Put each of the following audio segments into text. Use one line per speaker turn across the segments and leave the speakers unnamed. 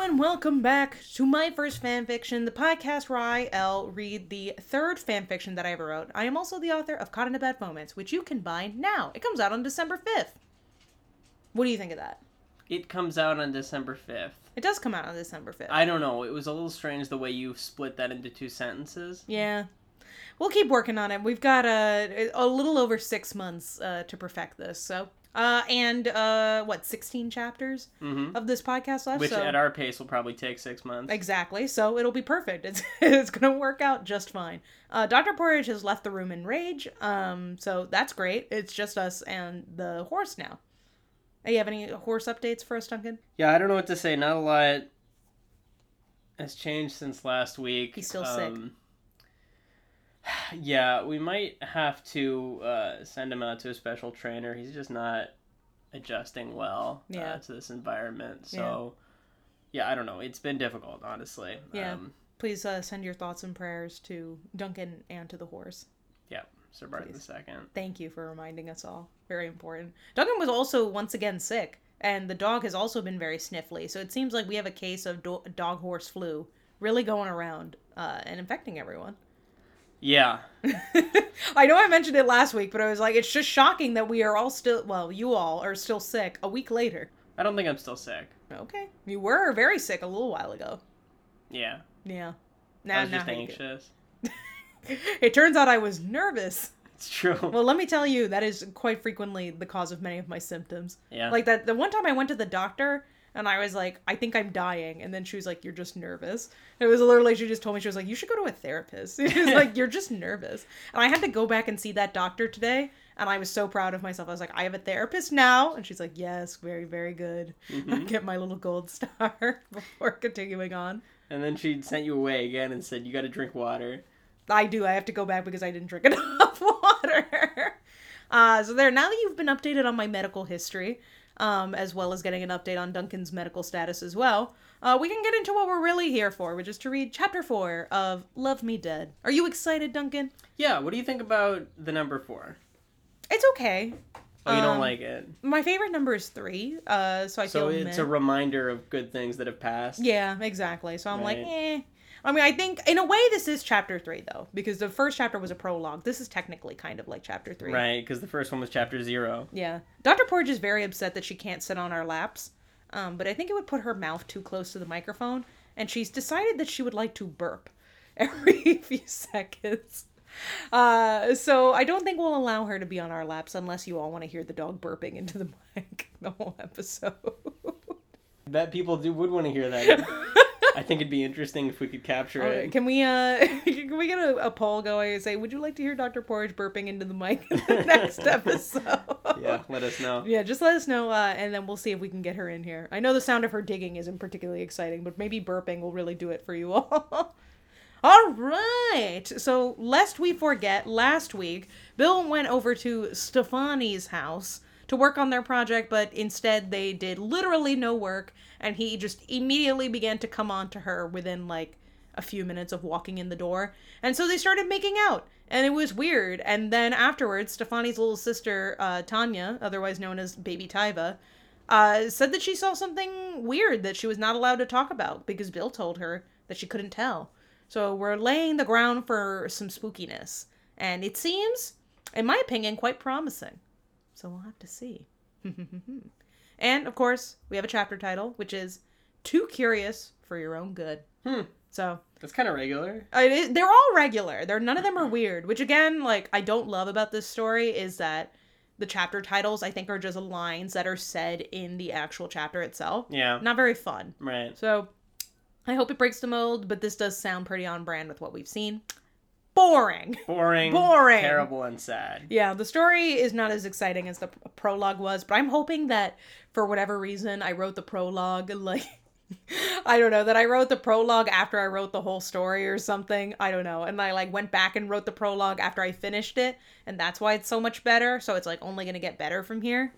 and welcome back to my first fanfiction, the podcast where I, L, read the third fanfiction that I ever wrote. I am also the author of Caught in a Bad Moments, which you can buy now. It comes out on December 5th. What do you think of that?
It comes out on December 5th.
It does come out on December 5th.
I don't know. It was a little strange the way you split that into two sentences.
yeah. We'll keep working on it. We've got a, a little over six months uh, to perfect this. So, uh, and uh, what, 16 chapters
hmm
of this podcast left?
Which
so...
at our pace will probably take six months.
Exactly. So it'll be perfect. It's it's gonna work out just fine. Uh, Doctor Porridge has left the room in rage. Um, so that's great. It's just us and the horse now. Hey, you have any horse updates for us, Duncan?
yeah, I don't know what to say. Not a lot has changed since last week.
He's still sick.
sick. Yeah, we might have to uh, send him out to a special trainer. He's just not adjusting well uh,
Yeah.
to this environment. So, yeah, I don't know. It's been difficult, honestly.
Yeah.
Um,
Please uh, send your thoughts and prayers to Duncan and to the horse.
yeah, Sir Barton the
Please.
Second.
Thank you for reminding us all. Very important. Duncan was also once again sick, and the dog has also been very sniffly. So it seems like we have a case of do- dog horse flu really going around uh, and infecting everyone.
Yeah,
I know I mentioned it last week, but I was like, it's just shocking that we are all still, well, you all are still sick a week later.
I don't think I'm still sick.
Okay. You were very sick a little while ago.
Yeah,
Yeah.
I
Now,
was
now
just
how you feel.
anxious.
it turns out I was nervous.
It's true.
Well, let me tell you, that is quite frequently the cause of many of my symptoms.
yeah,
Like that, the one time I went to the doctor and I was like, I think I'm dying. And then she was like, You're just nervous. It was literally, she just told me, She was like, You should go to a therapist. She was like, You're just nervous. And I had to go back and see that doctor today. And I was so proud of myself. I was like, I have a therapist now. And she's like, Yes, very, very good. I
Mhm.
get my little gold star before continuing on.
and then she sent you away again and said you got to drink water.
I do. I have to go back because I didn't drink enough water. Uh, so there. Now that you've been updated on my medical history, um, as well as getting an update on Duncan's medical status as well, uh, we can get into what we're really here for, which is to read chapter four of "Love Me Dead." Are you excited, Duncan?
Yeah, what do you think about the number four?
It's okay.
Oh, you
Um,
don't like it.
My favorite number is three. Uh, so I
So
feel
it's
meh.
a reminder of good things that have passed.
Yeah, exactly. So I'm like, eh.
Right.
I mean, I think in a way this is chapter three though, because the first chapter was a prologue. This is technically kind of like chapter three.
Right, because the first one was chapter zero.
Yeah. Dr. Porridge is very upset that she can't sit on our laps, um, but I think it would put her mouth too close to the microphone, and she's decided that she would like to burp every few seconds. Uh, so I don't think we'll allow her to be on our laps unless you all want to hear the dog burping into the mic the whole episode.
That people do would want to hear that. I think it'd be interesting if we could capture it.
Can we uh can we get a, a poll going and say, would you like to hear Dr. Porridge burping into the mic in the next episode?
Yeah, let us know.
Yeah, just let us know, uh, and then we'll see if we can get her in here. I know the sound of her digging isn't particularly exciting, but maybe burping will really do it for you all. all right. So, lest we forget, last week Bill went over to Stefani's house to work on their project, but instead they did literally no work, and he just immediately began to come on to her within like a few minutes of walking in the door. And so they started making out, and it was weird. And then afterwards, Stefani's little sister, uh, Tanya, otherwise known as Baby Tyva, uh, said that she saw something weird that she was not allowed to talk about because Bill told her that she couldn't tell. So we're laying the ground for some spookiness. And it seems, in my opinion, quite promising. So we'll have to see. and of course, we have a chapter title, which is Too Curious for Your Own Good.
Hmm.
So
That's kind of regular.
it is, they're all regular. They're none of them are weird. Which again, like I don't love about this story is that the chapter titles I think are just lines that are said in the actual chapter itself.
Yeah.
Not very fun.
Right.
So I hope it breaks the mold, but this does sound pretty on brand with what we've seen. Boring.
Boring.
Boring.
Terrible and sad.
Yeah, the story is not as exciting as the p- prologue was, but I'm hoping that for whatever reason I wrote the prologue like I don't know that I wrote the prologue after I wrote the whole story or something. I don't know. And I like went back and wrote the prologue after I finished it, and that's why it's so much better. So it's like only going to get better from here.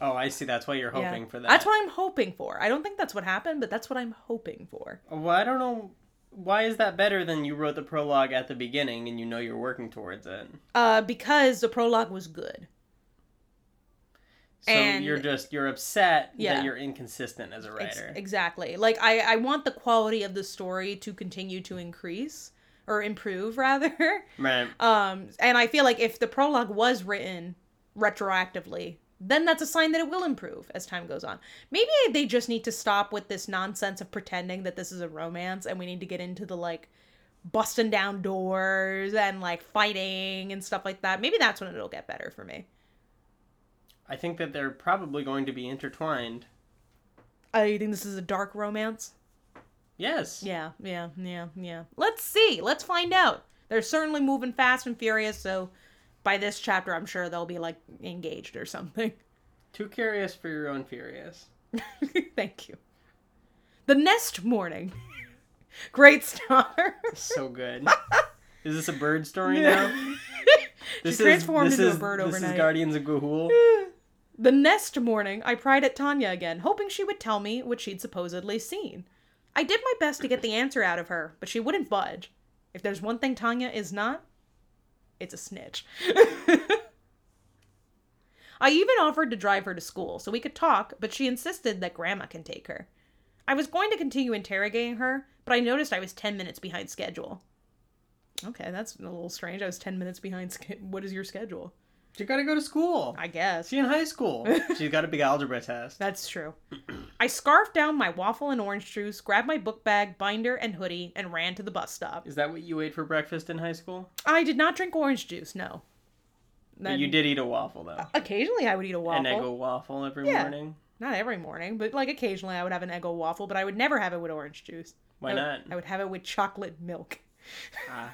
Oh, I see. That's why you're
Yeah.
hoping for that.
That's what I'm hoping for. I don't think that's what happened, but that's what I'm hoping for.
Well, I don't know. Why is that better than you wrote the prologue at the beginning and you know you're working towards it?
Uh because the prologue was good.
So
And-
you're just you're upset
Yeah.
that you're inconsistent as a
Ex-
writer.
exactly. Like I, I want the quality of the story to continue to increase or improve rather.
right.
Um, and I feel like if the prologue was written retroactively, then that's a sign that it will improve as time goes on. Maybe they just need to stop with this nonsense of pretending that this is a romance and we need to get into the like busting down doors and like fighting and stuff like that. Maybe that's when it'll get better for me.
I think that they're probably going to be intertwined.
I Uh, think this is a dark romance.
Yes.
Yeah, yeah, yeah, yeah. Let's see. Let's find out. They're certainly moving fast and furious, so by this chapter, I'm sure they'll be like engaged or something.
Too curious for your own furious.
Thank you. The next morning. Great star.
So good. is this a bird story now? This
she transformed
this
into
is-
a bird
This
overnight.
is Guardians of Gahul.
the next morning, I pried at Tanya again, hoping she would tell me what she'd supposedly seen. I did my best to get the answer out of her, but she wouldn't budge. If there's one thing Tanya is not, it's a snitch. I even offered to drive her to school so we could talk, but she insisted that Grandma can take her. I was going to continue interrogating her, but I noticed I was 10 minutes behind schedule. Okay, that's a little strange. I was 10 minutes behind. sch- What is your schedule?
She gotta go to school.
I guess.
She in high school. She's got a big algebra test.
That's true. I scarfed down my waffle and orange juice, grabbed my book bag, binder, and hoodie, and ran to the bus stop.
Is that what you ate for breakfast in high school?
I did not drink orange juice, no.
But you
Then-
did eat a waffle though.
Occasionally, I would eat a
An
waffle.
Eggo waffle every
Yeah.
morning.
Not every morning, but like occasionally, I would have an Eggo waffle, but I would never have it with orange juice.
Why
I would-
not?
I would have it with chocolate milk.
Ah,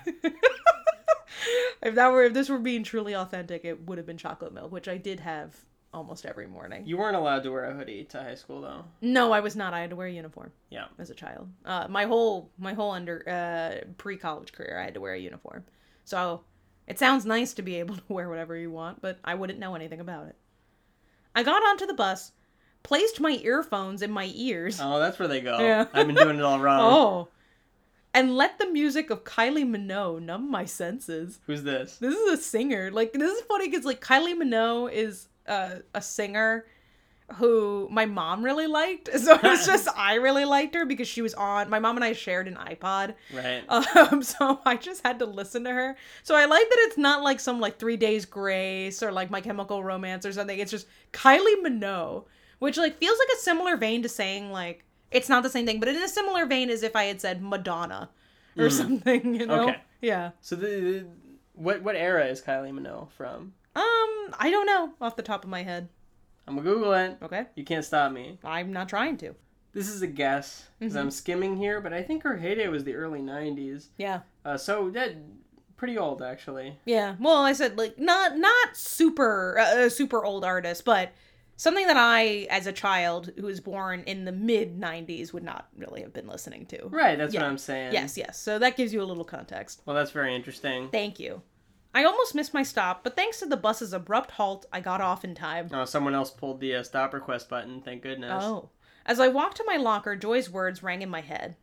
If that were, if this were being truly authentic, it would have been chocolate milk, which I did have almost every morning.
you weren't allowed to wear a hoodie to high school though.
No, I was not. I had to wear a uniform.
Yeah.
as a child. Uh, my whole my whole under uh, pre college career, I had to wear a uniform. So it sounds nice to be able to wear whatever you want, but I wouldn't know anything about it. I got onto the bus, placed my earphones in my ears.
Oh, that's where they go.
Yeah.
I've been doing it all wrong.
Oh. And let the music of Kylie Minogue numb my senses.
Who's this?
This is a singer. Like this is funny because like Kylie Minogue is uh, a singer who my mom really liked. So it was just I really liked her because she was on. My mom and I shared an iPod,
Right.
um, so I just had to listen to her. So I like that it's not like some like Three Days Grace or like My Chemical Romance or something. It's just Kylie Minogue, which like feels like a similar vein to saying like it's not the same thing, but in a similar vein as if I had said Madonna or
Mm.
something. You know?
Okay.
Yeah.
So the, the what what era is Kylie Minogue from?
Um, I don't know off the top of my head.
I'm gonna Google it.
Okay.
You can't stop me.
I'm not trying to.
This is a guess because
Mm-hmm.
I'm skimming here, but I think her heyday was the early '90s.
Yeah.
Uh, so that pretty old actually.
Yeah. Well, I said like not not super uh, uh, super old artist, but something that I as a child who was born in the mid 90s would not really have been listening to.
Right. That's
Yeah.
what I'm saying.
Yes, yes. So that gives you a little context.
Well, that's very interesting.
Thank you. I almost missed my stop, but thanks to the bus's abrupt halt, I got off in time.
Oh, someone else pulled the uh, stop request button. Thank goodness.
Oh. As I walked to my locker, Joy's words rang in my head.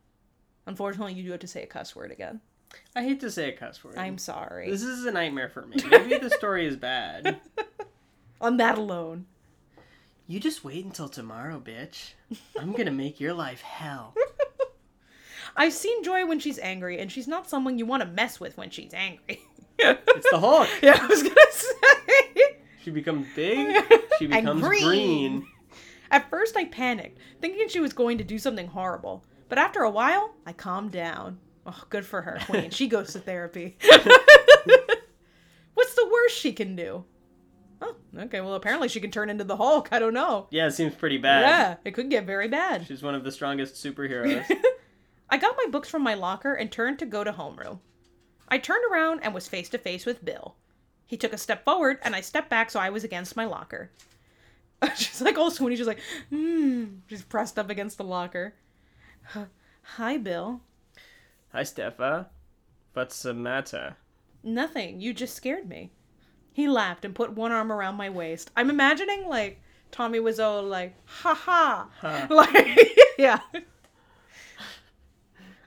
Unfortunately, you do have to say a cuss word again.
I hate to say a cuss word.
I'm sorry.
Mm. This is a nightmare for me. Maybe the story is bad.
On that alone.
You just wait until tomorrow, bitch. I'm gonna make your life hell.
I've seen Joy when she's angry, and she's not someone you want to mess with when she's angry.
It's the Hulk.
yeah, I was gonna say.
She becomes big. She
And
becomes
green.
green.
At first, I panicked, thinking she was going to do something horrible. But after a while, I calmed down. Oh, good for her, Queen. She goes to therapy. What's the worst she can do? Oh, okay. Well, apparently she can turn into the Hulk. I don't know.
Yeah, it seems pretty bad.
Yeah, it could get very bad.
She's one of the strongest superheroes.
I got my books from my locker and turned to go to homeroom. I turned around and was face to face with Bill. He took a step forward and I stepped back so I was against my locker. she's like all swoony, she's like, hmm. She's pressed up against the locker. Hi, Bill.
Hi, Stefa. What's the matter?
Nothing. You just scared me. He laughed and put one arm around my waist. I'm imagining like Tommy was all like, ha ha.
Huh.
Like, yeah.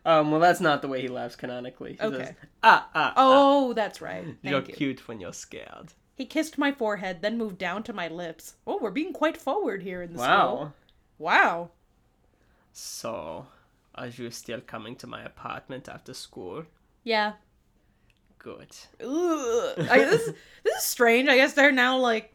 Um, well, that's not the way he laughs canonically. He
Okay.
says, ah, ah, ah.
Oh, that's right.
You're
Thank you.
cute when you're scared.
He kissed my forehead, then moved down to my lips. Oh, we're being quite forward here in the school.
Wow.
Wow.
So, are you still coming to my apartment after school?
Yeah.
Good.
Ugh. I, this this is strange. I guess they're now like,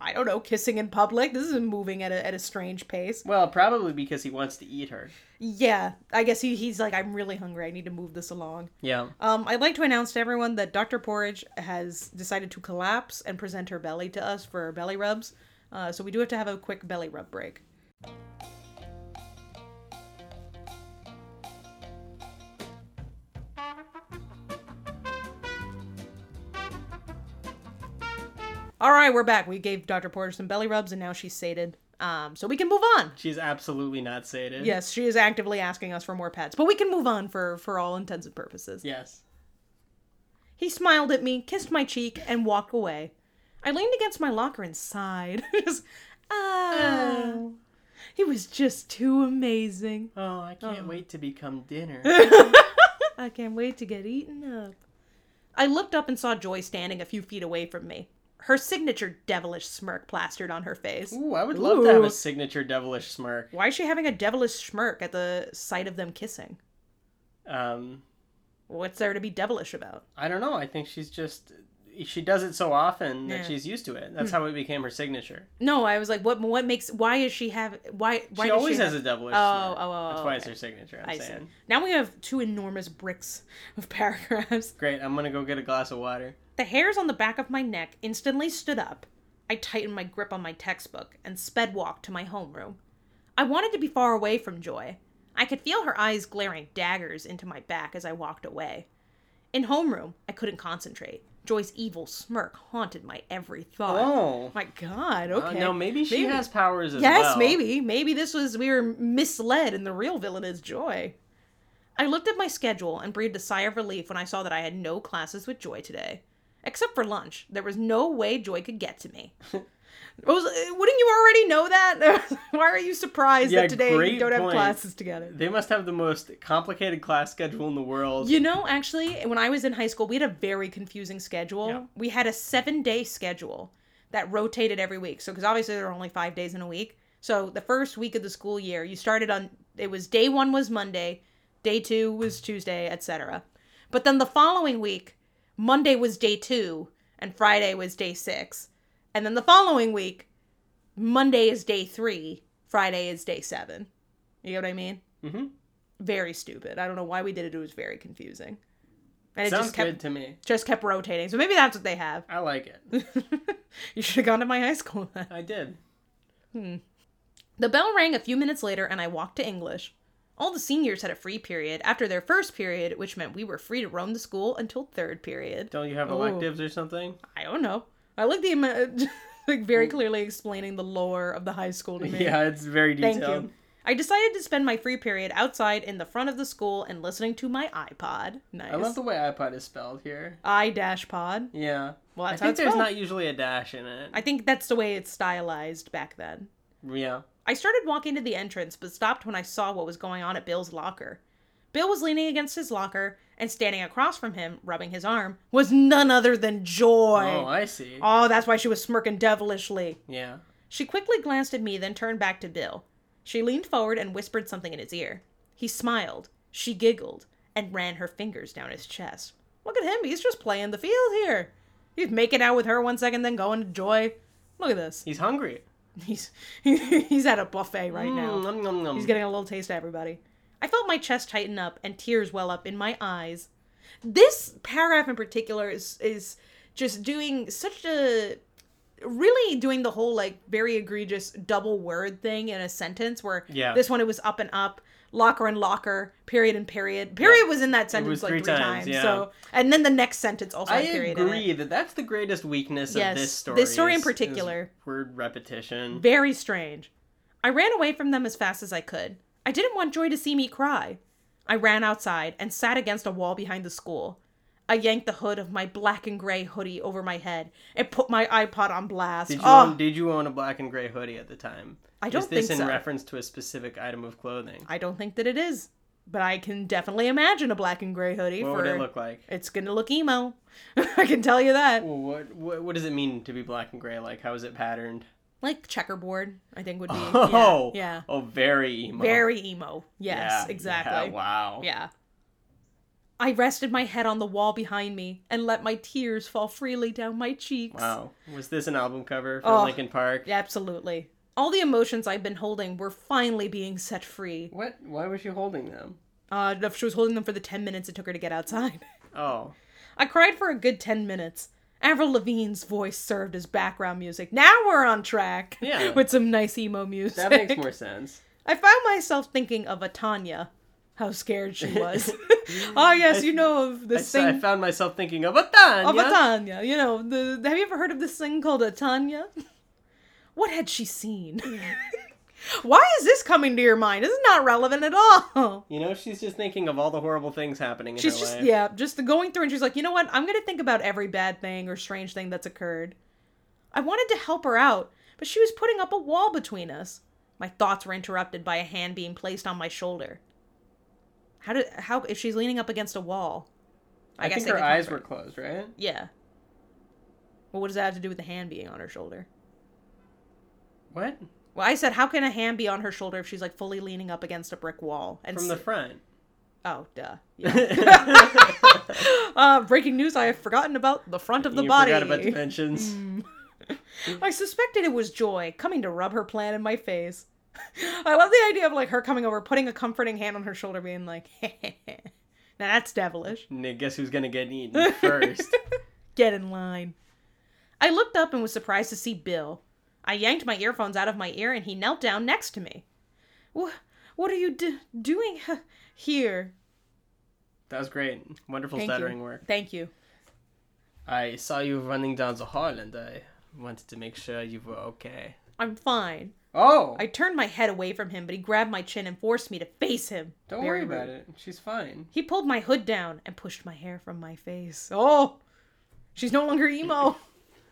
I don't know, kissing in public. This is moving at a at a strange pace.
Well, probably because he wants to eat her.
Yeah, I guess he, he's like, I'm really hungry. I need to move this along.
Yeah.
Um, I'd like to announce to everyone that Dr. Porridge has decided to collapse and present her belly to us for belly rubs. Uh, so we do have to have a quick belly rub break. All right, we're back. We gave Dr. Porridge some belly rubs, and now she's sated. Um, so we can move on.
She's absolutely not sated.
Yes, she is actively asking us for more pets, but we can move on for for all intents and purposes.
Yes.
He smiled at me, kissed my cheek, and walked away. I leaned against my locker and sighed. just, oh, it was just too amazing.
Oh, I can't wait to become dinner.
I can't wait to get eaten up. I looked up and saw Joy standing a few feet away from me. Her signature devilish smirk plastered on her face.
Ooh, I would love to have
Ooh.
a signature devilish smirk.
Why is she having a devilish smirk at the sight of them kissing?
Um,
What's there to be devilish about?
I don't know. I think she's just she does it so often
Yeah. Hmm.
that she's used to it. That's how it became her signature.
No, I was like, what? What makes? Why is she have? Why? Why does
she always
she
has
have-
a devilish
Oh,
smirk.
oh, oh,
That's
oh,
why
okay.
it's her signature. I'm
I see.
saying.
Now we have two enormous bricks of paragraphs.
Great. I'm gonna go get a glass of water.
The hairs on the back of my neck instantly stood up. I tightened my grip on my textbook and sped walked to my homeroom. I wanted to be far away from Joy. I could feel her eyes glaring daggers into my back as I walked away. In homeroom, I couldn't concentrate. Joy's evil smirk haunted my every thought.
Oh.
My God,
Uh,
okay.
no, maybe she
Maybe.
has powers as
Yes,
well.
maybe. Maybe this was we were misled and the real villain is Joy. I looked at my schedule and breathed a sigh of relief when I saw that I had no classes with Joy today. Except for lunch. There was no way Joy could get to me. I was, uh, wouldn't you already know that? Why are you surprised
Yeah,
that today we
great
don't have
point.
classes together?
They must have the most complicated class schedule in the world.
You know, actually, when I was in high school, we had a very confusing schedule.
Yeah.
We had a seven day schedule that rotated every week. So, because obviously there are only five days in a week. So, the first week of the school year, you started on, it was day one was Monday, day two was Tuesday, etc. But then the following week, Monday was day two, and Friday was day six. And then the following week, Monday is day three, Friday is day seven. You know what I mean?
hmm
very stupid. I don't know why we did it. It was very confusing, and it
Sounds
just kept
good to me.
just kept rotating. So maybe that's what they have.
I like it.
you should have gone to my high school. Then.
I did.
The bell rang a few minutes later, and I walked to English. All the seniors had a free period after their first period, which meant we were free to roam the school until third period.
Don't you have
Ooh.
electives or something?
I don't know. I like the ima- like very clearly explaining the lore of the high school to me.
Yeah, it's very
Thank
detailed.
you. I decided to spend my free period outside in the front of the school and listening to my iPod. Nice.
I love the way iPod is spelled here.
I dash pod.
Yeah.
Well,
I
that's how
think
Uh, it's
there's
spelled.
not usually a dash in it.
I think that's the way it's stylized back then.
Yeah.
I started walking to the entrance, but stopped when I saw what was going on at Bill's locker. Bill was leaning against his locker, and standing across from him, rubbing his arm, was none other than Joy.
Oh, I see.
oh, that's why she was smirking devilishly.
Yeah.
She quickly glanced at me, then turned back to Bill. She leaned forward and whispered something in his ear. He smiled, she giggled, and ran her fingers down his chest. Look at him, he's just playing the field here. He's making out with her one second, then going to Joy. Look at this.
He's hungry.
He's he's at a buffet right
Mm,
now.
nom, nom, nom.
He's getting a little taste of everybody. I felt my chest tighten up and tears well up in my eyes. This paragraph in particular is is just doing such a really doing the whole like very egregious double word thing in a sentence where
Yeah.
this one it was up and up locker and locker period and period period was in that sentence
was
like three,
three
times,
times, yeah.
so and then the next sentence also
I
had period in it.
agree that that's the greatest weakness
Yes,
of this
this
story.
story in
is- is
particular.
word repetition.
Very strange. I ran away from them as fast as I could. I didn't want Joy to see me cry. I ran outside and sat against a wall behind the school. I yanked the hood of my black and gray hoodie over my head and put my iPod on blast.
Did you,
oh,
own, did you own a black and gray hoodie at the time?
I don't
Is this
think
in
so.
reference to a specific item of clothing?
I don't Ah, think that it is. but I can definitely imagine a black and gray hoodie
What
for
would it look like?
it's gonna look emo. I can tell you that.
Well, what, what what does it mean to be black and gray? Like, how is it patterned?
Like checkerboard, I think would be yeah,
Oh,
yeah.
Oh, very emo.
Very emo.
Yeah,
Yes,
Yeah,
exactly.
wow.
Yeah. I rested my head on the wall behind me and let my tears fall freely down my cheeks.
Wow. Was this an album cover for
Oh.
Lincoln Park?
Absolutely. All the emotions I've been holding were finally being set free.
What? Why was she holding them?
Uh, she was holding them for the 10 minutes it took her to get outside.
Oh.
I cried for a good 10 minutes. Avril Lavigne's voice served as background music. Now we're on track
Yeah.
with some nice emo music.
That makes more sense.
I found myself thinking of a Tanya, how scared she was. oh, yes, you know of
I,
this
s- I
thing.
found myself thinking of a Tanya.
Of a Tanya. You know, the, have you ever heard of this thing called a Tanya? What had she seen? Why is this coming to your mind? This is not relevant at all.
You know, she's just thinking of all the horrible things happening in
She's
her
just,
life.
yeah, just going through and she's like, you know what? I'm going to think about every bad thing or strange thing that's occurred. I wanted to help her out, but she was putting up a wall between us. My thoughts were interrupted by a hand being placed on my shoulder. How did, how, if she's leaning up against a wall?
I,
guess
think
they
her
could
eyes
comfort.
were closed, right?
Yeah. Well, what does that have to do with the hand being on her shoulder?
What?
Well, I said, how can a hand be on her shoulder if she's like fully leaning up against a brick wall? And
From the
s-
front.
oh, duh. Yeah. uh, breaking news: I have forgotten about the front of the
you
body. Mm. Hmm.
forgot about dimensions.
I suspected it was Joy coming to rub her plan in my face. I love the idea of like her coming over, putting a comforting hand on her shoulder, being like, now that's devilish.
Nick, guess who's gonna get eaten first?
Get in line. I looked up and was surprised to see Bill. I yanked my earphones out of my ear and he knelt down next to me. Wh- what are you d- doing h- here?
that was great. Wonderful
Thank
stuttering
you.
work.
Thank you.
I saw you running down the hall and I wanted to make sure you were okay.
I'm fine.
Oh!
I turned my head away from him, but he grabbed my chin and forced me to face him.
don't
Very
worry about
rude.
it. She's fine.
He pulled my hood down and pushed my hair from my face. Oh, she's no longer emo.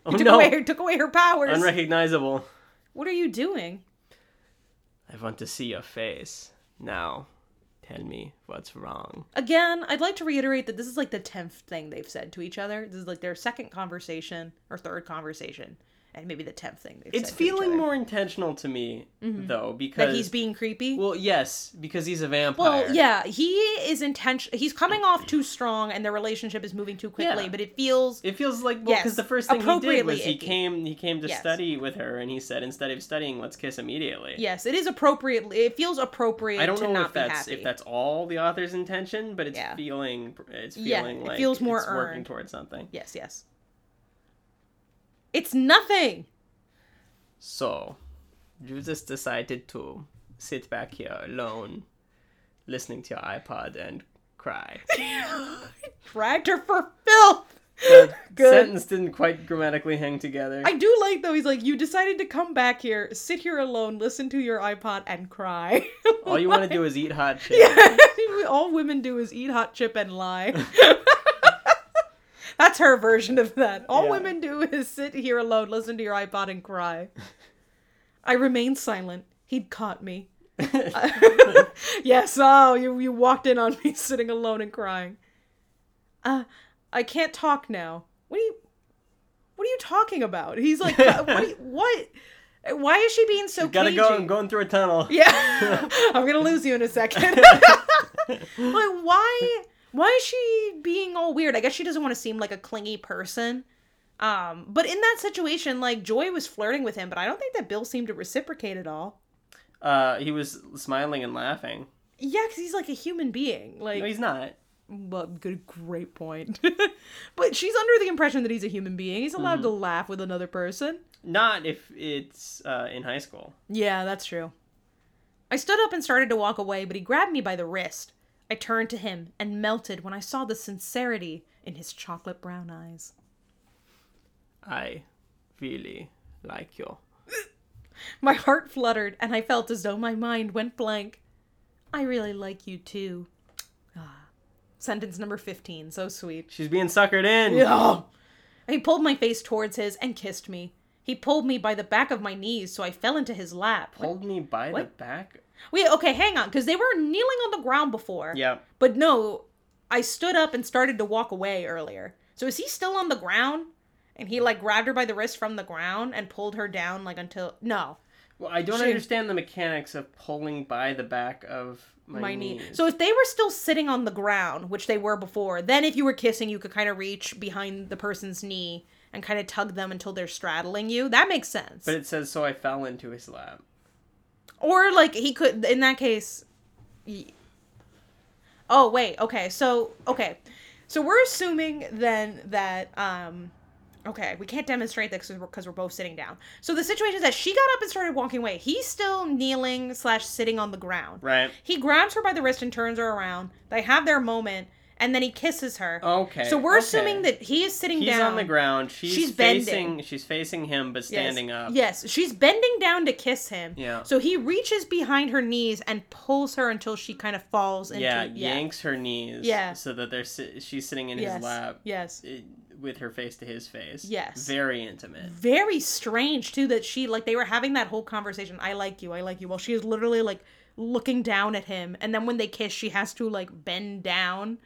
Oh
took,
no!
away her, took away her powers.
Unrecognizable.
what are you doing?
I want to see your face. Now, tell me what's wrong.
Again, I'd like to reiterate that this is like the 10th thing they've said to each other. This is like their second conversation or third conversation, and maybe the 10th thing they've
It's
said. to each
feeling
other.
more intentional to me, though, because.
Mm-hmm. that he's being creepy. Well,
well, yes, because he's a vampire.
yeah, he is intention. He's coming off too strong, and their relationship is moving too quickly.
Yeah.
But it feels
It feels like well, because
Yes,
the first thing he did
appropriately
was he
icky.
came he came to
Yes.
study with her, and he said instead of studying, let's kiss immediately.
yes, it is appropriately. It feels appropriate.
I don't
to
know
not
if
be
that's
happy.
if that's all the author's intention, but it's
Yeah.
feeling it's
Yeah,
feeling
it
like
feels more
it's working
earned.
towards something.
Yes, yes. It's nothing.
So, you just decided to sit back here alone, listening to your iPod and cry.
Dragged her for filth.
The
Good.
sentence didn't quite grammatically hang together.
I do like though. He's like, you decided to come back here, sit here alone, listen to your iPod, and cry.
All you want to do is eat hot shit.
All women do is eat hot chip and lie. That's her version of that. All
Yeah.
women do is sit here alone, listen to your iPod, and cry. I remained silent. He'd caught me. Uh, yes, oh, you, you walked in on me sitting alone and crying. Uh, I can't talk now. What are you, what are you talking about? He's like, what? Are you, what? Why is she being so
Gotta
cagey?
go. I'm going through a tunnel.
Yeah, I'm gonna lose you in a second. like, why? Why is she being all weird? I guess she doesn't want to seem like a clingy person. Um, but in that situation, like Joy was flirting with him, but I don't think that Bill seemed to reciprocate at all.
Uh, he was smiling and laughing.
Yeah, because he's like a human being. Like,
No, he's not.
well, good, great point. but she's under the impression that he's a human being. He's allowed to laugh with another person.
Not if it's uh, in high school.
Yeah, that's true. I stood up and started to walk away, but he grabbed me by the wrist. I turned to him and melted when I saw the sincerity in his chocolate brown eyes.
I really like you.
My heart fluttered, and I felt as though my mind went blank. I really like you too. Ah. Sentence number 15, so sweet.
She's being suckered in.
Yeah. He pulled my face towards his and kissed me. He pulled me by the back of my knees, so I fell into his lap.
Hold me by the
What?
back
Wait, okay, hang on, because they were kneeling on the ground before.
Yeah.
But no, I stood up and started to walk away earlier. So is he still on the ground? And he like grabbed her by the wrist from the ground and pulled her down like until no
Well, I don't
She-
understand the mechanics of pulling by the back of my,
my, knee.
knees.
So if they were still sitting on the ground, which they were before, then if you were kissing, you could kind of reach behind the person's knee and kind of tug them until they're straddling you. That makes sense.
but it says so I fell into his lap.
Or like he could in that case. y- Oh wait, okay. So okay. So we're assuming then that um okay, we can't demonstrate this because we're, 'cause we're both sitting down. So the situation is that she got up and started walking away. He's still kneeling slash sitting on the ground.
Right.
He grabs her by the wrist and turns her around. They have their moment, and then he kisses her.
Okay.
so we're assuming
okay.
that he is sitting
he's
down.
on the ground. She's,
She's bending.
facing. She's facing him, but
Yes.
standing up.
Yes, she's bending down to kiss him.
Yeah.
So he reaches behind her knees and pulls her until she kind of falls into
Yeah, yanks her knees.
Yeah.
So that they're si- she's sitting in
yes.
his lap.
Yes.
it- with her face to his face.
Yes.
Very intimate.
Very strange too that she like they were having that whole conversation. I like you. I like you. Well, she is literally like looking down at him, and then when they kiss, she has to like bend down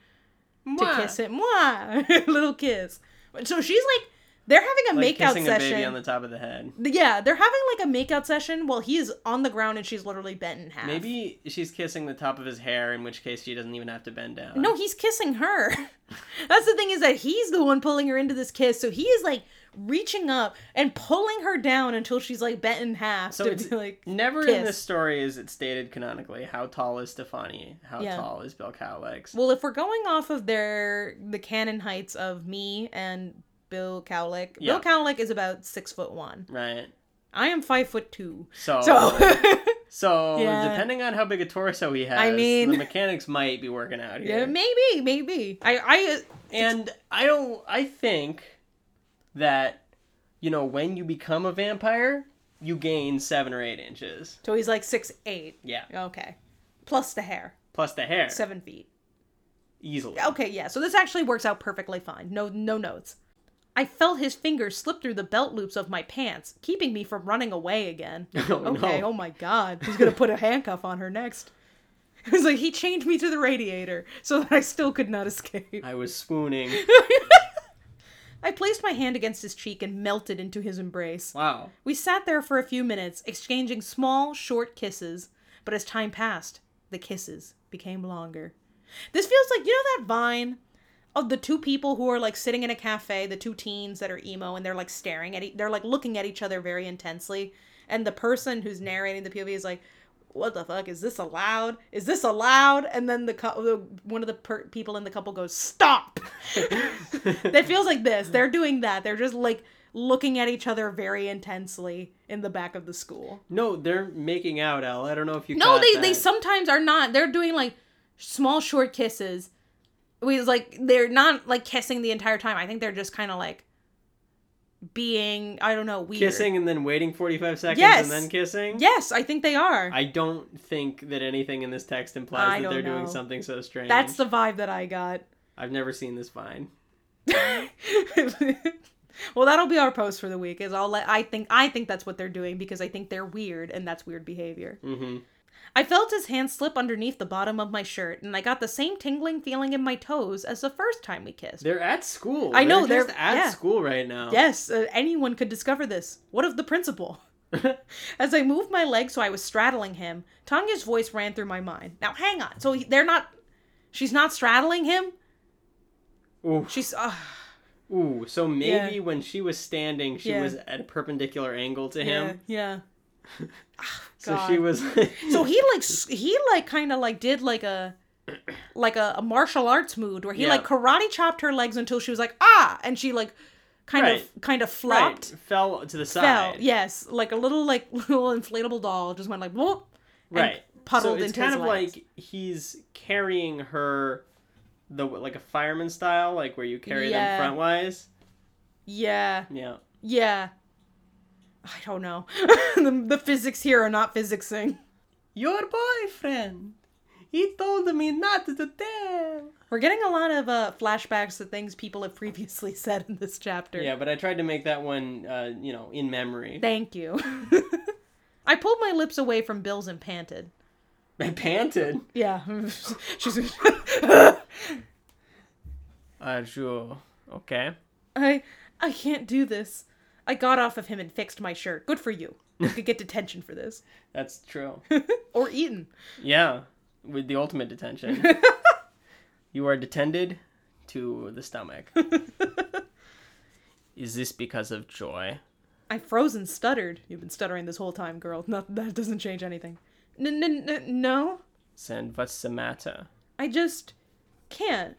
to kiss him. Mwah! Little kiss. But- So she's like they're having a
Like
makeout
kissing
session.
a baby on the top of the head.
yeah, they're having like a makeout session while he is on the ground and she's literally bent in half.
Maybe she's kissing the top of his hair, in which case she doesn't even have to bend down.
No, he's kissing her. That's the thing is that he's the one pulling her into this kiss. So he is like reaching up and pulling her down until she's like bent in half.
So
to
it's-
be like
Never in
kiss.
this story is it stated canonically how tall is Stefani, how
Yeah.
tall is Bill Cowlex.
well, if we're going off of their the canon heights of me and Bill Cowlick,
Yeah.
Bill Cowlick is about six foot one.
right.
I am five foot two.
So
So
so,
Yeah.
depending on how big a torso he has,
I mean-
the mechanics might be working out here.
yeah, maybe, maybe. I I
And I don't. I think that you know when you become a vampire, you gain seven or eight inches.
so he's like six eight.
Yeah,
Okay, plus the hair,
plus the hair,
seven feet.
easily.
Okay, yeah. So this actually works out perfectly fine. No no notes. I felt his fingers slip through the belt loops of my pants, keeping me from running away again.
Oh,
okay,
no.
oh my god. He's going to put a handcuff on her next. It was like he chained me to the radiator so that I still could not escape.
I was swooning.
I placed my hand against his cheek and melted into his embrace.
Wow.
We sat there for a few minutes, exchanging small, short kisses, but as time passed, the kisses became longer. This feels like, you know, that vine of the two people who are like sitting in a cafe, the two teens that are emo, and they're like staring at, e- they're like looking at each other very intensely. And the person who's narrating the POV is like, what the fuck? Is this allowed? Is this allowed? And then the, cou- the one of the per- people in the couple goes, stop! that feels like this. They're doing that. They're just like looking at each other very intensely in the back of the school.
No, they're making out, Al. I don't know if you.
No,
caught
they they
that.
sometimes are not. They're doing like small short kisses. We it's like they're not like kissing the entire time. I think they're just kind of like being I don't know weird.
kissing and then waiting forty five seconds
Yes.
and then kissing.
Yes, I think they are.
I don't think that anything in this text
I
implies that
don't
they're
know.
doing something so strange.
That's the vibe that I got.
I've never seen this vine.
well, that'll be our post for the week. Is I'll let I think I think that's what they're doing because I think they're weird and that's weird behavior.
Mm-hmm.
I felt his hand slip underneath the bottom of my shirt, and I got the same tingling feeling in my toes as the first time we kissed.
They're at school.
I know,
They're, just
they're-
at
yeah.
school right now.
Yes, uh, anyone could discover this. What of the principal? As I moved my leg so I was straddling him, Tanya's voice ran through my mind. Now, hang on. So he- they're not. She's not straddling him?
Ooh.
She's. Uh,
Ooh. So
Yeah.
maybe when she was standing, she
Yeah.
was at a perpendicular angle to him.
Yeah.
So she
God.
was.
So he like s- he like kind of like did like a like a, a martial arts mood where he
Yeah.
like karate chopped her legs until she was like ah and she like kind of
Right.
kind of flopped
right, fell to the
fell.
side.
Yes, like a little like little inflatable doll just went like whoop. and
right
puddled
so it's
into
kind
his
of
legs.
like he's carrying her the like a fireman style like where you carry
Yeah.
them frontwise
Yeah,
yeah
yeah. I don't know. the, the physics here are not physicsing.
your boyfriend he told me not to tell
We're getting a lot of uh, flashbacks to things people have previously said in this chapter.
yeah but i tried to make that one uh you know in memory
Thank you. I pulled my lips away from Bill's and panted.
I panted.
Yeah. She's.
Uh, sure. Okay.
I. I can't do this. I got off of him and fixed my shirt. Good for you. You could get detention for this.
That's true.
or Eaton.
Yeah. With the ultimate detention. you are detended to the stomach. Is this because of joy?
I froze and stuttered. You've been stuttering this whole time, girl. No, that doesn't change anything. N- n- n- no.
And what's the matter?
I just can't.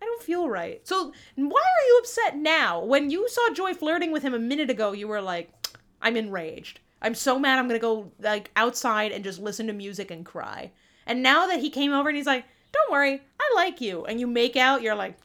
I don't feel right. So why are you upset now? When you saw Joy flirting with him a minute ago, you were like, "I'm enraged. I'm so mad. I'm gonna go like outside and just listen to music and cry." And now that he came over and he's like, "Don't worry, I like you," and you make out, you're like,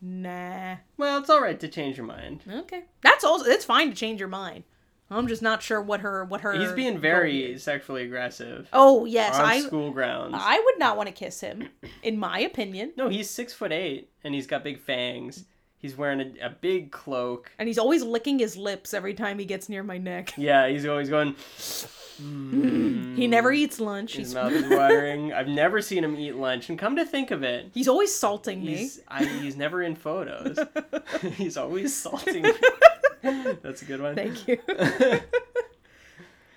"Nah,
Well, it's alright to change your mind.
okay, that's also it's fine to change your mind." I'm just not sure what her what her.
He's being very sexually aggressive
Oh yes,
on
I
school grounds.
I would not want to kiss him, in my opinion.
No, he's six foot eight and he's got big fangs. He's wearing a, a big cloak.
And he's always licking his lips every time he gets near my neck.
Yeah, he's always going.
He never eats lunch.
His
He's,
mouth is watering. I've never seen him eat lunch. And come to think of it,
he's always salting me.
he's I, he's never in photos. he's always salting. me. That's a good one.
Thank you.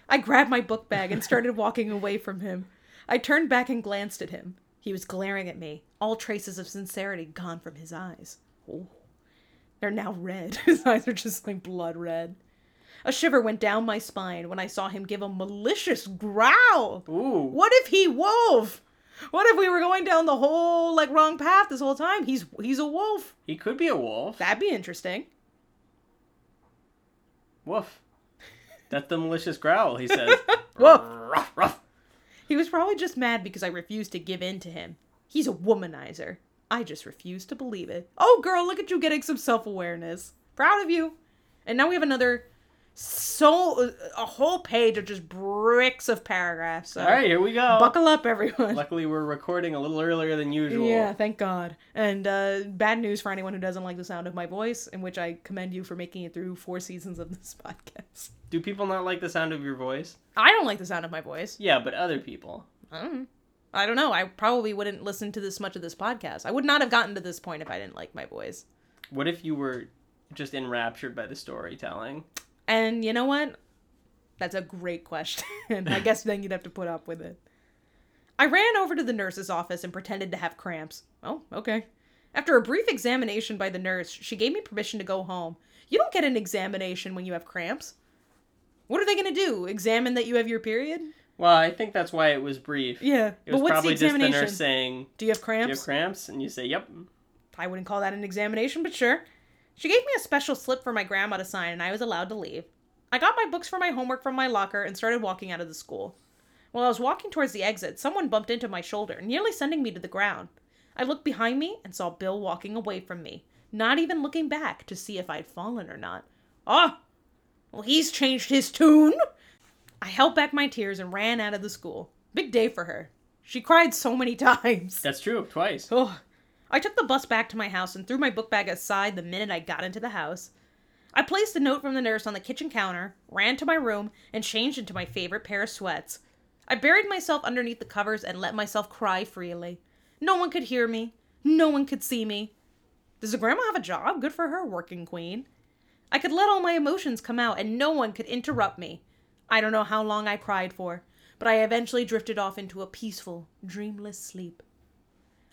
I grabbed my book bag and started walking away from him. I turned back and glanced at him. He was glaring at me, all traces of sincerity gone from his eyes. Oh. They're now red. His eyes are just like blood red. A shiver went down my spine when I saw him give a malicious growl.
Ooh,
What if he wolf? What if we were going down the whole like wrong path this whole time? He's he's a wolf.
he could be a wolf.
That'd be interesting.
Woof. That's the malicious growl. He says. Woof. Ruff, ruff.
He was probably just mad because I refused to give in to him. He's a womanizer. I just refuse to believe it. Oh girl, look at you getting some self-awareness. Proud of you. And now we have another so a whole page of just bricks of paragraphs. So
All right, here we go.
buckle up everyone.
Luckily, we're recording a little earlier than usual.
Yeah, thank God. And uh, bad news for anyone who doesn't like the sound of my voice, in which I commend you for making it through four seasons of this podcast.
Do people not like the sound of your voice?
I don't like the sound of my voice.
Yeah, but other people.
I don't, know. I don't know. I probably wouldn't listen to this much of this podcast. I would not have gotten to this point if I didn't like my voice.
What if you were just enraptured by the storytelling?
And you know what? That's a great question. I guess then you'd have to put up with it. I ran over to the nurse's office and pretended to have cramps. Oh, okay. After a brief examination by the nurse, she gave me permission to go home. You don't get an examination when you have cramps. What are they going to do? Examine that you have your period?
Well, I think that's why it was brief.
Yeah.
It
but
was
what's the
probably just the
examination?
nurse saying,
do you have
"Do
cramps?
you have cramps?" And you say, "Yep."
I wouldn't call that an examination, but sure. She gave me a special slip for my grandma to sign, and I was allowed to leave. I got my books for my homework from my locker and started walking out of the school. While I was walking towards the exit, someone bumped into my shoulder, nearly sending me to the ground. I looked behind me and saw Bill walking away from me, not even looking back to see if I'd fallen or not. Ah! Well, he's changed his tune! I held back my tears and ran out of the school. Big day for her. She cried so many times.
That's true. Twice.
Oh, I took the bus back to my house and threw my book bag aside the minute I got into the house. I placed a note from the nurse on the kitchen counter, ran to my room, and changed into my favorite pair of sweats. I buried myself underneath the covers and let myself cry freely. No one could hear me. No one could see me. Does the grandma have a job? Good for her, working queen. I could let all my emotions come out and no one could interrupt me. I don't know how long I cried for, but I eventually drifted off into a peaceful, dreamless sleep.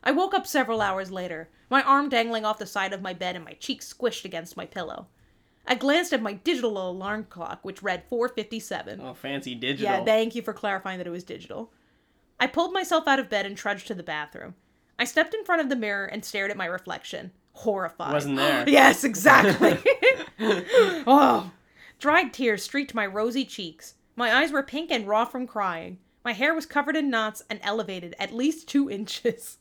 I woke up several hours later, my arm dangling off the side of my bed and my cheek squished against my pillow. I glanced at my digital alarm clock, which read 457.
Oh, fancy digital.
Yeah, thank you for clarifying that it was digital. I pulled myself out of bed and trudged to the bathroom. I stepped in front of the mirror and stared at my reflection, horrified.
Wasn't there.
yes, exactly. oh. Dried tears streaked my rosy cheeks. My eyes were pink and raw from crying. My hair was covered in knots and elevated at least two inches.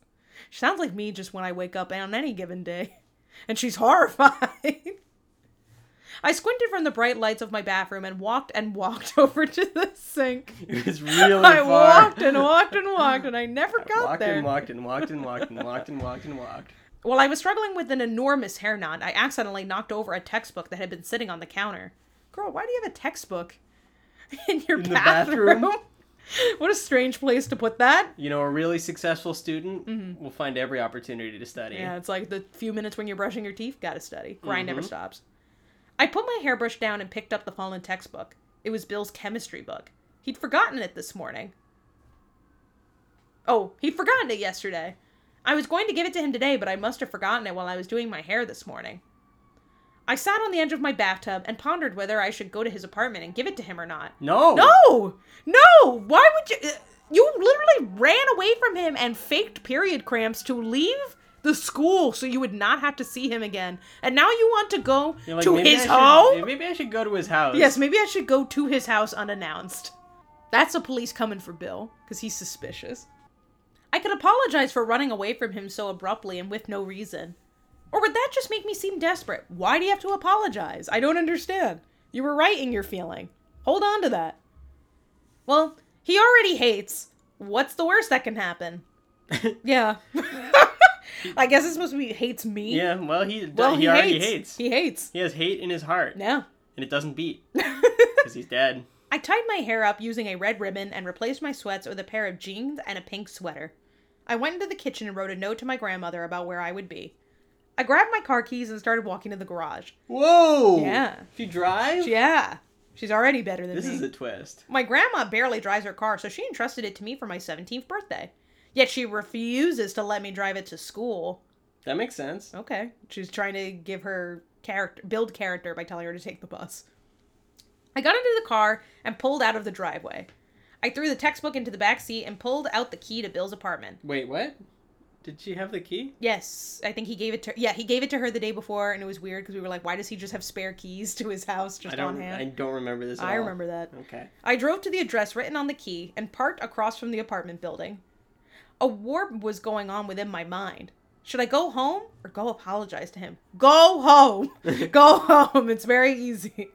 She sounds like me just when I wake up on any given day. And she's horrified. I squinted from the bright lights of my bathroom and walked and walked over to the sink.
it was really
I
far.
walked and walked and walked and I never got
walked
there.
and walked and walked and walked and walked and walked and walked.
While I was struggling with an enormous hair knot, I accidentally knocked over a textbook that had been sitting on the counter. Girl, why do you have a textbook in your
In the
bathroom?
bathroom?
What a strange place to put that.
You know, a really successful student will find every opportunity to study.
Mm-hmm. Yeah, it's like the few minutes when you're brushing your teeth, gotta study. Grind never stops. I put my hairbrush down and picked up the fallen textbook. It was Bill's chemistry book. He'd forgotten it this morning. Oh, he'd forgotten it yesterday. I was going to give it to him today, but I must have forgotten it while I was doing my hair this morning. I sat on the edge of my bathtub and pondered whether I should go to his apartment and give it to him or not.
No.
No! No! Why would you? uh, You literally ran away from him and faked period cramps to leave the school so you would not have to see him again. And now you want to go
You're like,
to
maybe I
his
should-
home?
Maybe I should go to his house.
Yes, maybe I should go to his house unannounced. That's the police coming for Bill, because he's suspicious. I could apologize for running away from him so abruptly and with no reason. Or would that just make me seem desperate? Why do you have to apologize? I don't understand. You were right in your feeling. Hold on to that. Well, he already hates. What's the worst that can happen? yeah. I guess it's supposed to be hates me.
Yeah, well, he
Well,
he,
he,
already
hates.
hates.
He hates.
He has hate in his heart,
Yeah.
and it doesn't beat because he's dead.
I tied my hair up using a red ribbon and replaced my sweats with a pair of jeans and a pink sweater. I went into the kitchen and wrote a note to my grandmother about where I would be. I grabbed my car keys and started walking to the garage.
Whoa!
Yeah.
She drives.
Yeah, she's already better than
This
me.
is a twist.
My grandma barely drives her car, so she entrusted it to me for my 17th birthday. Yet she refuses to let me drive it to school.
That makes sense.
Okay. She's trying to give her character build character by telling her to take the bus. I got into the car and pulled out of the driveway. I threw the textbook into the back seat and pulled out the key to Bill's apartment.
Wait, what? Did she have the key?
Yes, I think he gave it to yeah, he gave it to her the day before and it was weird because we were like why does he just have spare keys to his house just
I don't.
on
I
hand?
don't remember this. At
I
all.
remember that.
Okay.
I drove to the address written on the key and parked across from the apartment building. A war was going on within my mind. Should I go home or go apologize to him? Go home! go home! It's very easy.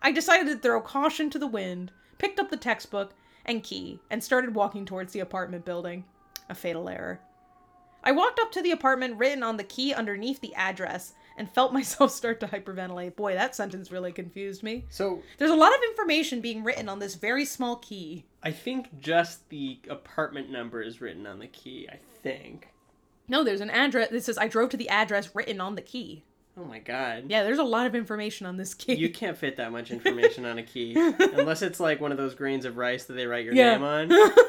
I decided to throw caution to the wind, picked up the textbook and key, and started walking towards the apartment building. A fatal error. I walked up to the apartment written on the key underneath the address and felt myself start to hyperventilate. Boy, that sentence really confused me.
So
There's a lot of information being written on this very small key.
I think just the apartment number is written on the key. I think.
No, there's an address that says I drove to the address written on the key.
Oh my god.
Yeah, there's a lot of information on this key.
You can't fit that much information on a key unless it's like one of those grains of rice that they write your
Yeah.
name on.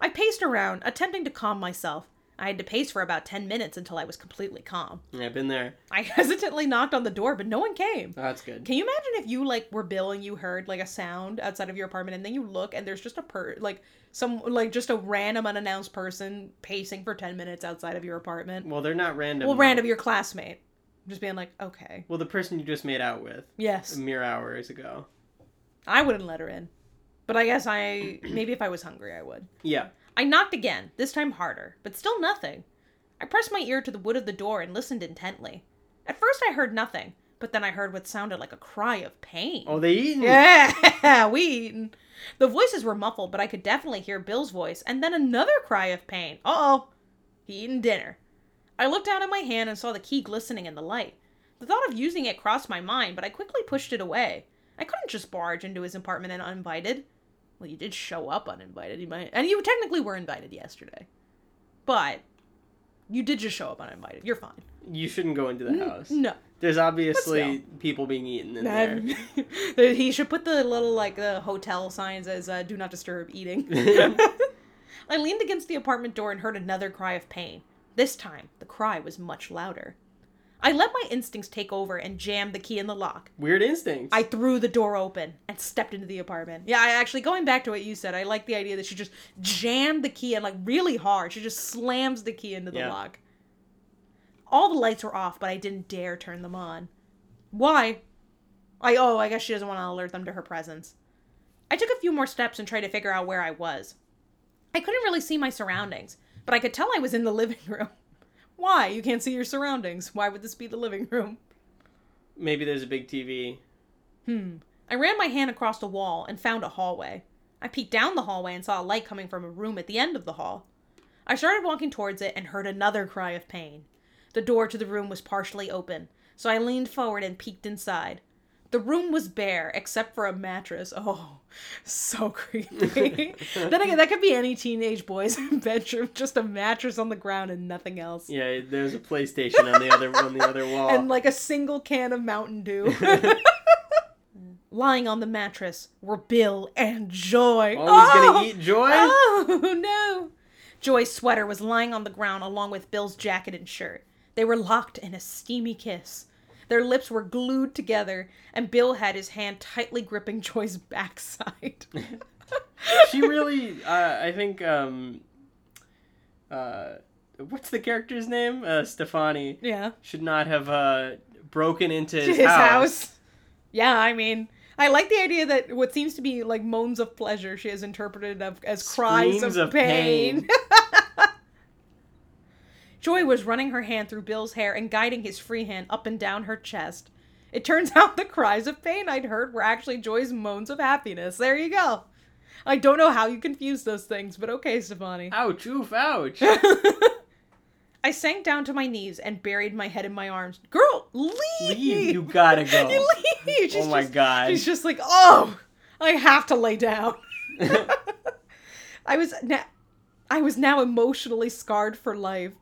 I paced around, attempting to calm myself. I had to pace for about 10 minutes until I was completely calm.
Yeah, I've been there.
I hesitantly knocked on the door, but no one came.
Oh, that's good.
Can you imagine if you like were Bill and you heard like a sound outside of your apartment and then you look and there's just a per like some like just a random unannounced person pacing for 10 minutes outside of your apartment?
Well, they're not random.
Well,
though.
random your classmate. Just being like, "Okay.
Well, the person you just made out with
Yes."
a mere hours ago.
I wouldn't let her in. But I guess I maybe if I was hungry I would.
Yeah.
I knocked again, this time harder, but still nothing. I pressed my ear to the wood of the door and listened intently. At first I heard nothing, but then I heard what sounded like a cry of pain.
Oh, they eaten.
yeah, we eaten. The voices were muffled, but I could definitely hear Bill's voice and then another cry of pain. Uh-oh. He eaten dinner. I looked down at my hand and saw the key glistening in the light. The thought of using it crossed my mind, but I quickly pushed it away. I couldn't just barge into his apartment and uninvited. Well, you did show up uninvited. You might, and you technically were invited yesterday, but you did just show up uninvited. You're fine.
You shouldn't go into the
Mm,
house.
No,
There's obviously people being eaten in there.
There- he should put the little like the hotel signs as uh, "Do not disturb" eating. I leaned against the apartment door and heard another cry of pain. This time, the cry was much louder. I let my instincts take over and jammed the key in the lock.
Weird instincts.
I threw the door open and stepped into the apartment. Yeah, I actually going back to what you said, I like the idea that she just jammed the key in like really hard. She just slams the key into the
Yeah.
lock. All the lights were off, but I didn't dare turn them on. Why? I oh, I guess she doesn't want to alert them to her presence. I took a few more steps and tried to figure out where I was. I couldn't really see my surroundings, but I could tell I was in the living room. Why? You can't see your surroundings. Why would this be the living room?
Maybe there's a big TV.
I ran my hand across the wall and found a hallway. I peeked down the hallway and saw a light coming from a room at the end of the hall. I started walking towards it and heard another cry of pain. The door to the room was partially open, so I leaned forward and peeked inside. The room was bare except for a mattress. Oh, so creepy. then again, that could be any teenage boy's bedroom, just a mattress on the ground and nothing else.
Yeah, there's a PlayStation on the other on the other wall.
And like a single can of Mountain Dew. Lying on the mattress were Bill and Joy.
oh, he's gonna eat Joy.
Oh no! Joy's sweater was lying on the ground along with Bill's jacket and shirt. They were locked in a steamy kiss. Their lips were glued together, and Bill had his hand tightly gripping Joy's backside.
She really, uh, I think. um uh What's the character's name? Uh, Stefani
yeah.
should not have uh, broken into
To
his,
his
house.
house. Yeah, I mean, I like the idea that what seems to be like moans of pleasure she has interpreted of, as cries
Screams
of,
of
pain. Joy was running her hand through Bill's hair and guiding his free hand up and down her chest. It turns out the cries of pain I'd heard were actually Joy's moans of happiness. There you go. I don't know how you confuse those things, but okay, Stefani.
Ouch! Oof! Ouch!
I sank down to my knees and buried my head in my arms. Girl, leave!
Leave! You gotta go.
You leave. She's
oh my
just,
god!
She's just like, oh, I have to lay down. I was now, I was now emotionally scarred for life.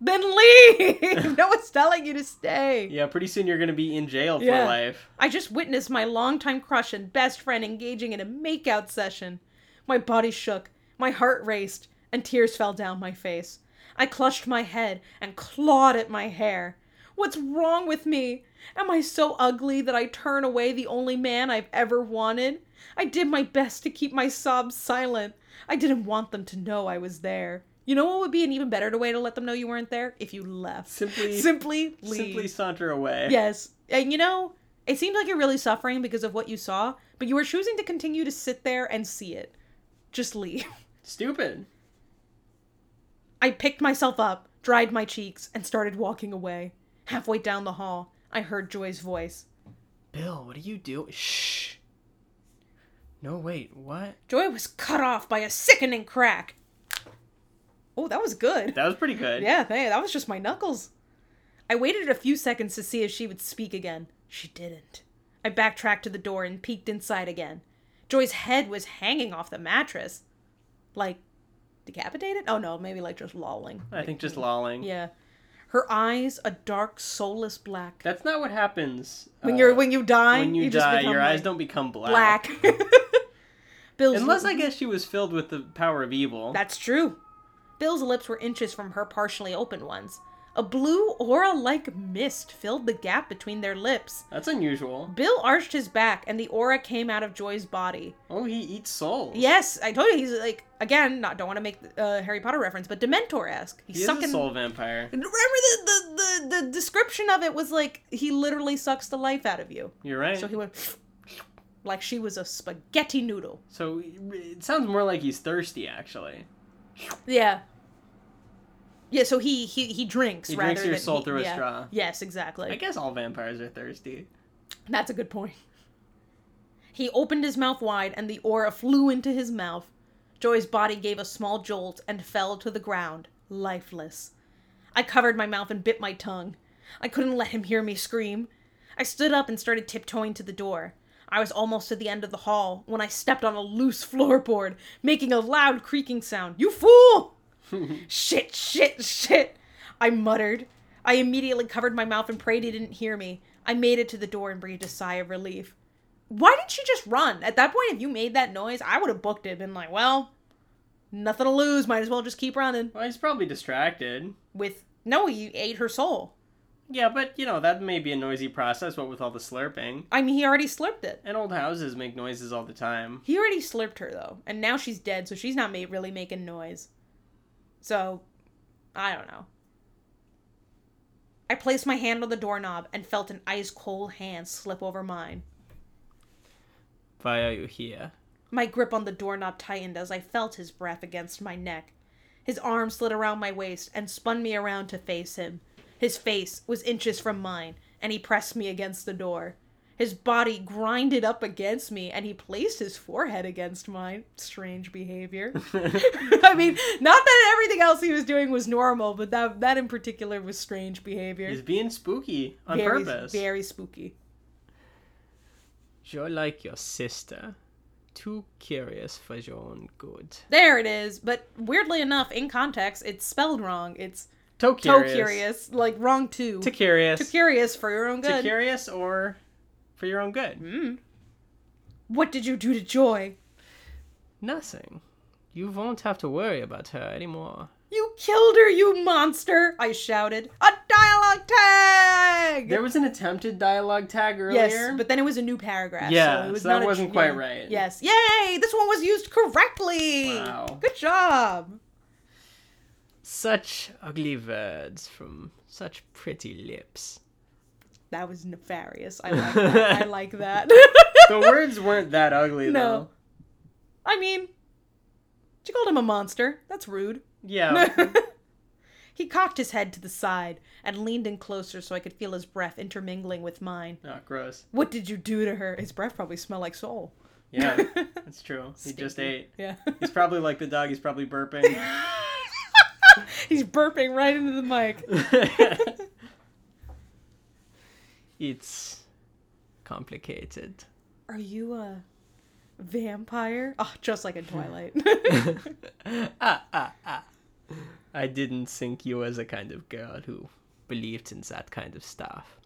Then leave. no one's telling you to stay.
yeah, pretty soon you're gonna be in jail for
Yeah.
life.
I just witnessed my longtime crush and best friend engaging in a makeout session. My body shook, my heart raced, and tears fell down my face. I clutched my head and clawed at my hair. What's wrong with me? Am I so ugly that I turn away the only man I've ever wanted? I did my best to keep my sobs silent. I didn't want them to know I was there. You know what would be an even better way to let them know you weren't there? If you left.
Simply,
Simply leave.
simply saunter away.
Yes. And you know, it seems like you're really suffering because of what you saw, but you were choosing to continue to sit there and see it. Just leave.
Stupid.
I picked myself up, dried my cheeks, and started walking away. Halfway down the hall, I heard Joy's voice.
Bill, what are you doing? Shh. No, wait. What?
Joy was cut off by a sickening crack. Oh, that was good.
That was pretty good.
Yeah, hey, that was just my knuckles. I waited a few seconds to see if she would speak again. She didn't. I backtracked to the door and peeked inside again. Joy's head was hanging off the mattress. Like, decapitated? Oh no, maybe like just lolling.
I think just lolling.
Yeah. Her eyes a dark, soulless black.
That's not what happens
when
uh,
you're when you die,
when you,
just
die.
become,
Your eyes
like,
don't become black.
black. Bill's
Unless I guess she was filled with the power of evil.
That's true. Bill's lips were inches from her partially open ones. A blue aura like mist filled the gap between their lips.
That's unusual.
Bill arched his back and the aura came out of Joy's body.
Oh, he eats souls.
Yes, I told you he's like again, not don't want to make uh, Harry Potter reference, but Dementor esque. He's
He is a
sucking
soul vampire.
Remember the, the, the, the description of it was like he literally sucks the life out of you.
You're right.
So
So,
he went like she was a spaghetti noodle.
it sounds more like he's thirsty, actually.
Yeah. Yeah, so he he, he drinks
He
rather
drinks your
than
soul
he-
through a
yeah.
straw.
Yes, exactly.
I guess all vampires are thirsty.
That's a good point. He opened his mouth wide and the aura flew into his mouth. Joy's body gave a small jolt and fell to the ground, lifeless. I covered my mouth and bit my tongue. I couldn't let him hear me scream. I stood up and started tiptoeing to the door. I was almost to the end of the hall when I stepped on a loose floorboard, making a loud creaking sound. You fool! shit, shit, shit, I muttered. I immediately covered my mouth and prayed he didn't hear me. I made it to the door and breathed a sigh of relief. Why didn't she just run? At that point, if you made that noise, I would have booked it, been like, well, nothing to lose, might as well just keep running.
Well, he's probably distracted.
With no, you ate her soul.
Yeah, but you know that may be a noisy process. What with all the slurping,
I mean, he already slurped it.
and old houses make noises all the time.
He already slurped her though, and now she's dead, so she's not ma- really making noise. So, I don't know. I placed my hand on the doorknob and felt an ice cold hand slip over mine.
Why are you here?
My grip on the doorknob tightened as I felt his breath against my neck. His arm slid around my waist and spun me around to face him. His face was inches from mine, and he pressed me against the door. His body grinded up against me, and he placed his forehead against mine. Strange behavior. I mean, not that everything else he was doing was normal, but that that in particular was strange behavior.
He's being spooky on
very,
purpose.
very spooky.
You're like your sister, too curious for your own good.
There it is. But weirdly enough, in context, it's spelled wrong. It's
Too
toe
curious.
curious, like wrong too.
Too curious.
Too curious for your own
Too
good.
curious or for your own good.
Mm. What did you do to Joy?
Nothing. You won't have to worry about her anymore.
You killed her, you monster! I shouted. A dialogue tag.
There was an attempted dialogue tag earlier.
Yes, but then it was a new paragraph.
Yeah,
so, it was
so that
not a-
wasn't quite
yeah.
right.
Yes. Yay! This one was used correctly.
Wow.
Good job.
Such ugly words from such pretty lips.
That was nefarious. I like that. I like that.
The words weren't that ugly
No.
though.
I mean, she called him a monster. That's rude.
Yeah.
he cocked his head to the side and leaned in closer so I could feel his breath intermingling with mine.
oh, gross.
What did you do to her? His breath probably smelled like soul.
Yeah, that's true. He just
Stinky.
ate.
Yeah.
He's probably like the dog. He's probably burping.
He's burping right into the mic.
it's complicated.
Are you a vampire? Oh, just like in Twilight.
ah, ah, ah. I didn't think you was a kind of girl who believed in that kind of stuff.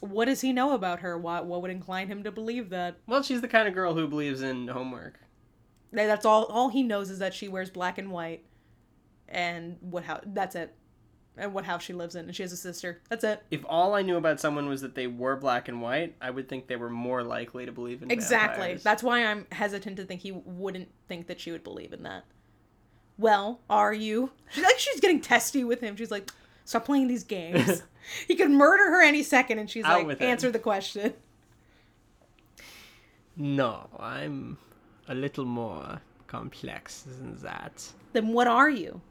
what does he know about her? What, what would incline him to believe that?
Well, she's the kind of girl who believes in homework.
That's all. All he knows is that she wears black and white, and what how that's it, and what house she lives in, and she has a sister. That's it.
If all I knew about someone was that they were black and white, I would think they were more likely to believe in
Exactly.
vampires.
That's why I'm hesitant to think he wouldn't think that she would believe in that. Well, are you? She's like she's getting testy with him. She's like, stop playing these games. he could murder her any second, and she's
Out
like,
with it.
answer the question.
No, I'm a little more complex than that.
Then what are you?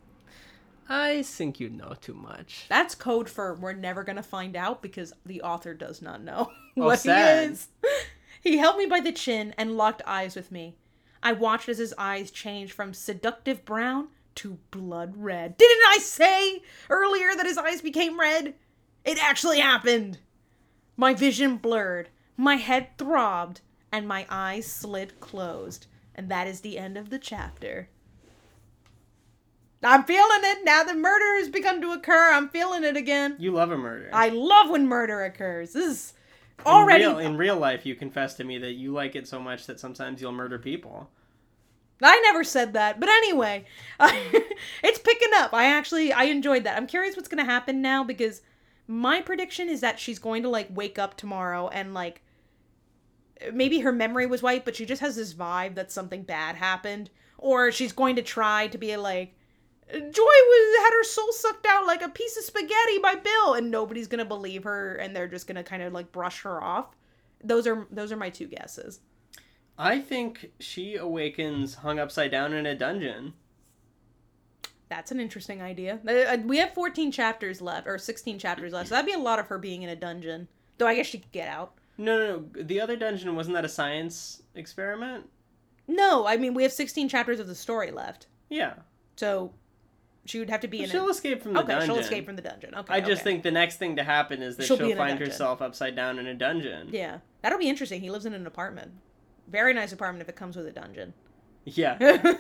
I think you know too much.
That's code for we're never gonna find out because the author does not know
Oh,
what he
sad.
is. He held me by the chin and locked eyes with me. I watched as his eyes changed from seductive brown to blood red. Didn't I say earlier that his eyes became red? It actually happened. My vision blurred, my head throbbed, and my eyes slid closed. And that is the end of the chapter. I'm feeling it now that murder has begun to occur. I'm feeling it again.
You love a murder.
I love when murder occurs. This is
In
already.
real- in real life, you confess to me that you like it so much that sometimes you'll murder people.
I never said that, but anyway, it's picking up. I actually I enjoyed that. I'm curious what's gonna happen now because my prediction is that she's going to like wake up tomorrow and like maybe her memory was wiped, but she just has this vibe that something bad happened, or she's going to try to be like. Joy was had her soul sucked out like a piece of spaghetti by Bill, and nobody's gonna believe her, and they're just gonna kind of like brush her off. Those are those are my two guesses.
I think she awakens hung upside down in a dungeon.
That's an interesting idea. Uh, We have 14 chapters left, or 16 chapters left, so that'd be a lot of her being in a dungeon. Though I guess she could get out.
No, no, no. The other dungeon wasn't that a science experiment?
No, I mean, we have 16 chapters of the story left.
Yeah,
So she would have to be in
she'll
a.
escape from the
Okay,
dungeon.
she'll escape from the dungeon. Okay.
I just
okay.
think the next thing to happen is that
She'll
she'll,
be in a
find
dungeon.
herself upside down in a dungeon.
Yeah. That'll be interesting. He lives in an apartment. Very nice apartment if it comes with a dungeon.
Yeah.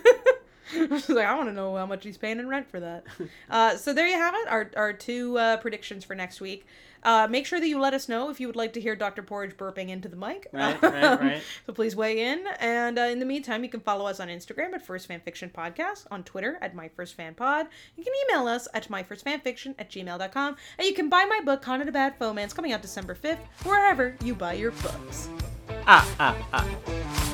She's like, I want to know how much he's paying in rent for that. Uh, so there you have it. Our, our two uh, predictions for next week. Uh, make sure that you let us know if you would like to hear Dr. Porridge burping into the mic. Um,
Right, right, right.
so please weigh in. And uh, in the meantime, you can follow us on Instagram at First Fan Fiction Podcast, on Twitter at My First Fan Pod. You can email us at myfirstfanfiction at gmail.com. And you can buy my book, Con to the Bad Foe Man's coming out December 5th, wherever you buy your books.
ah, ah, ah.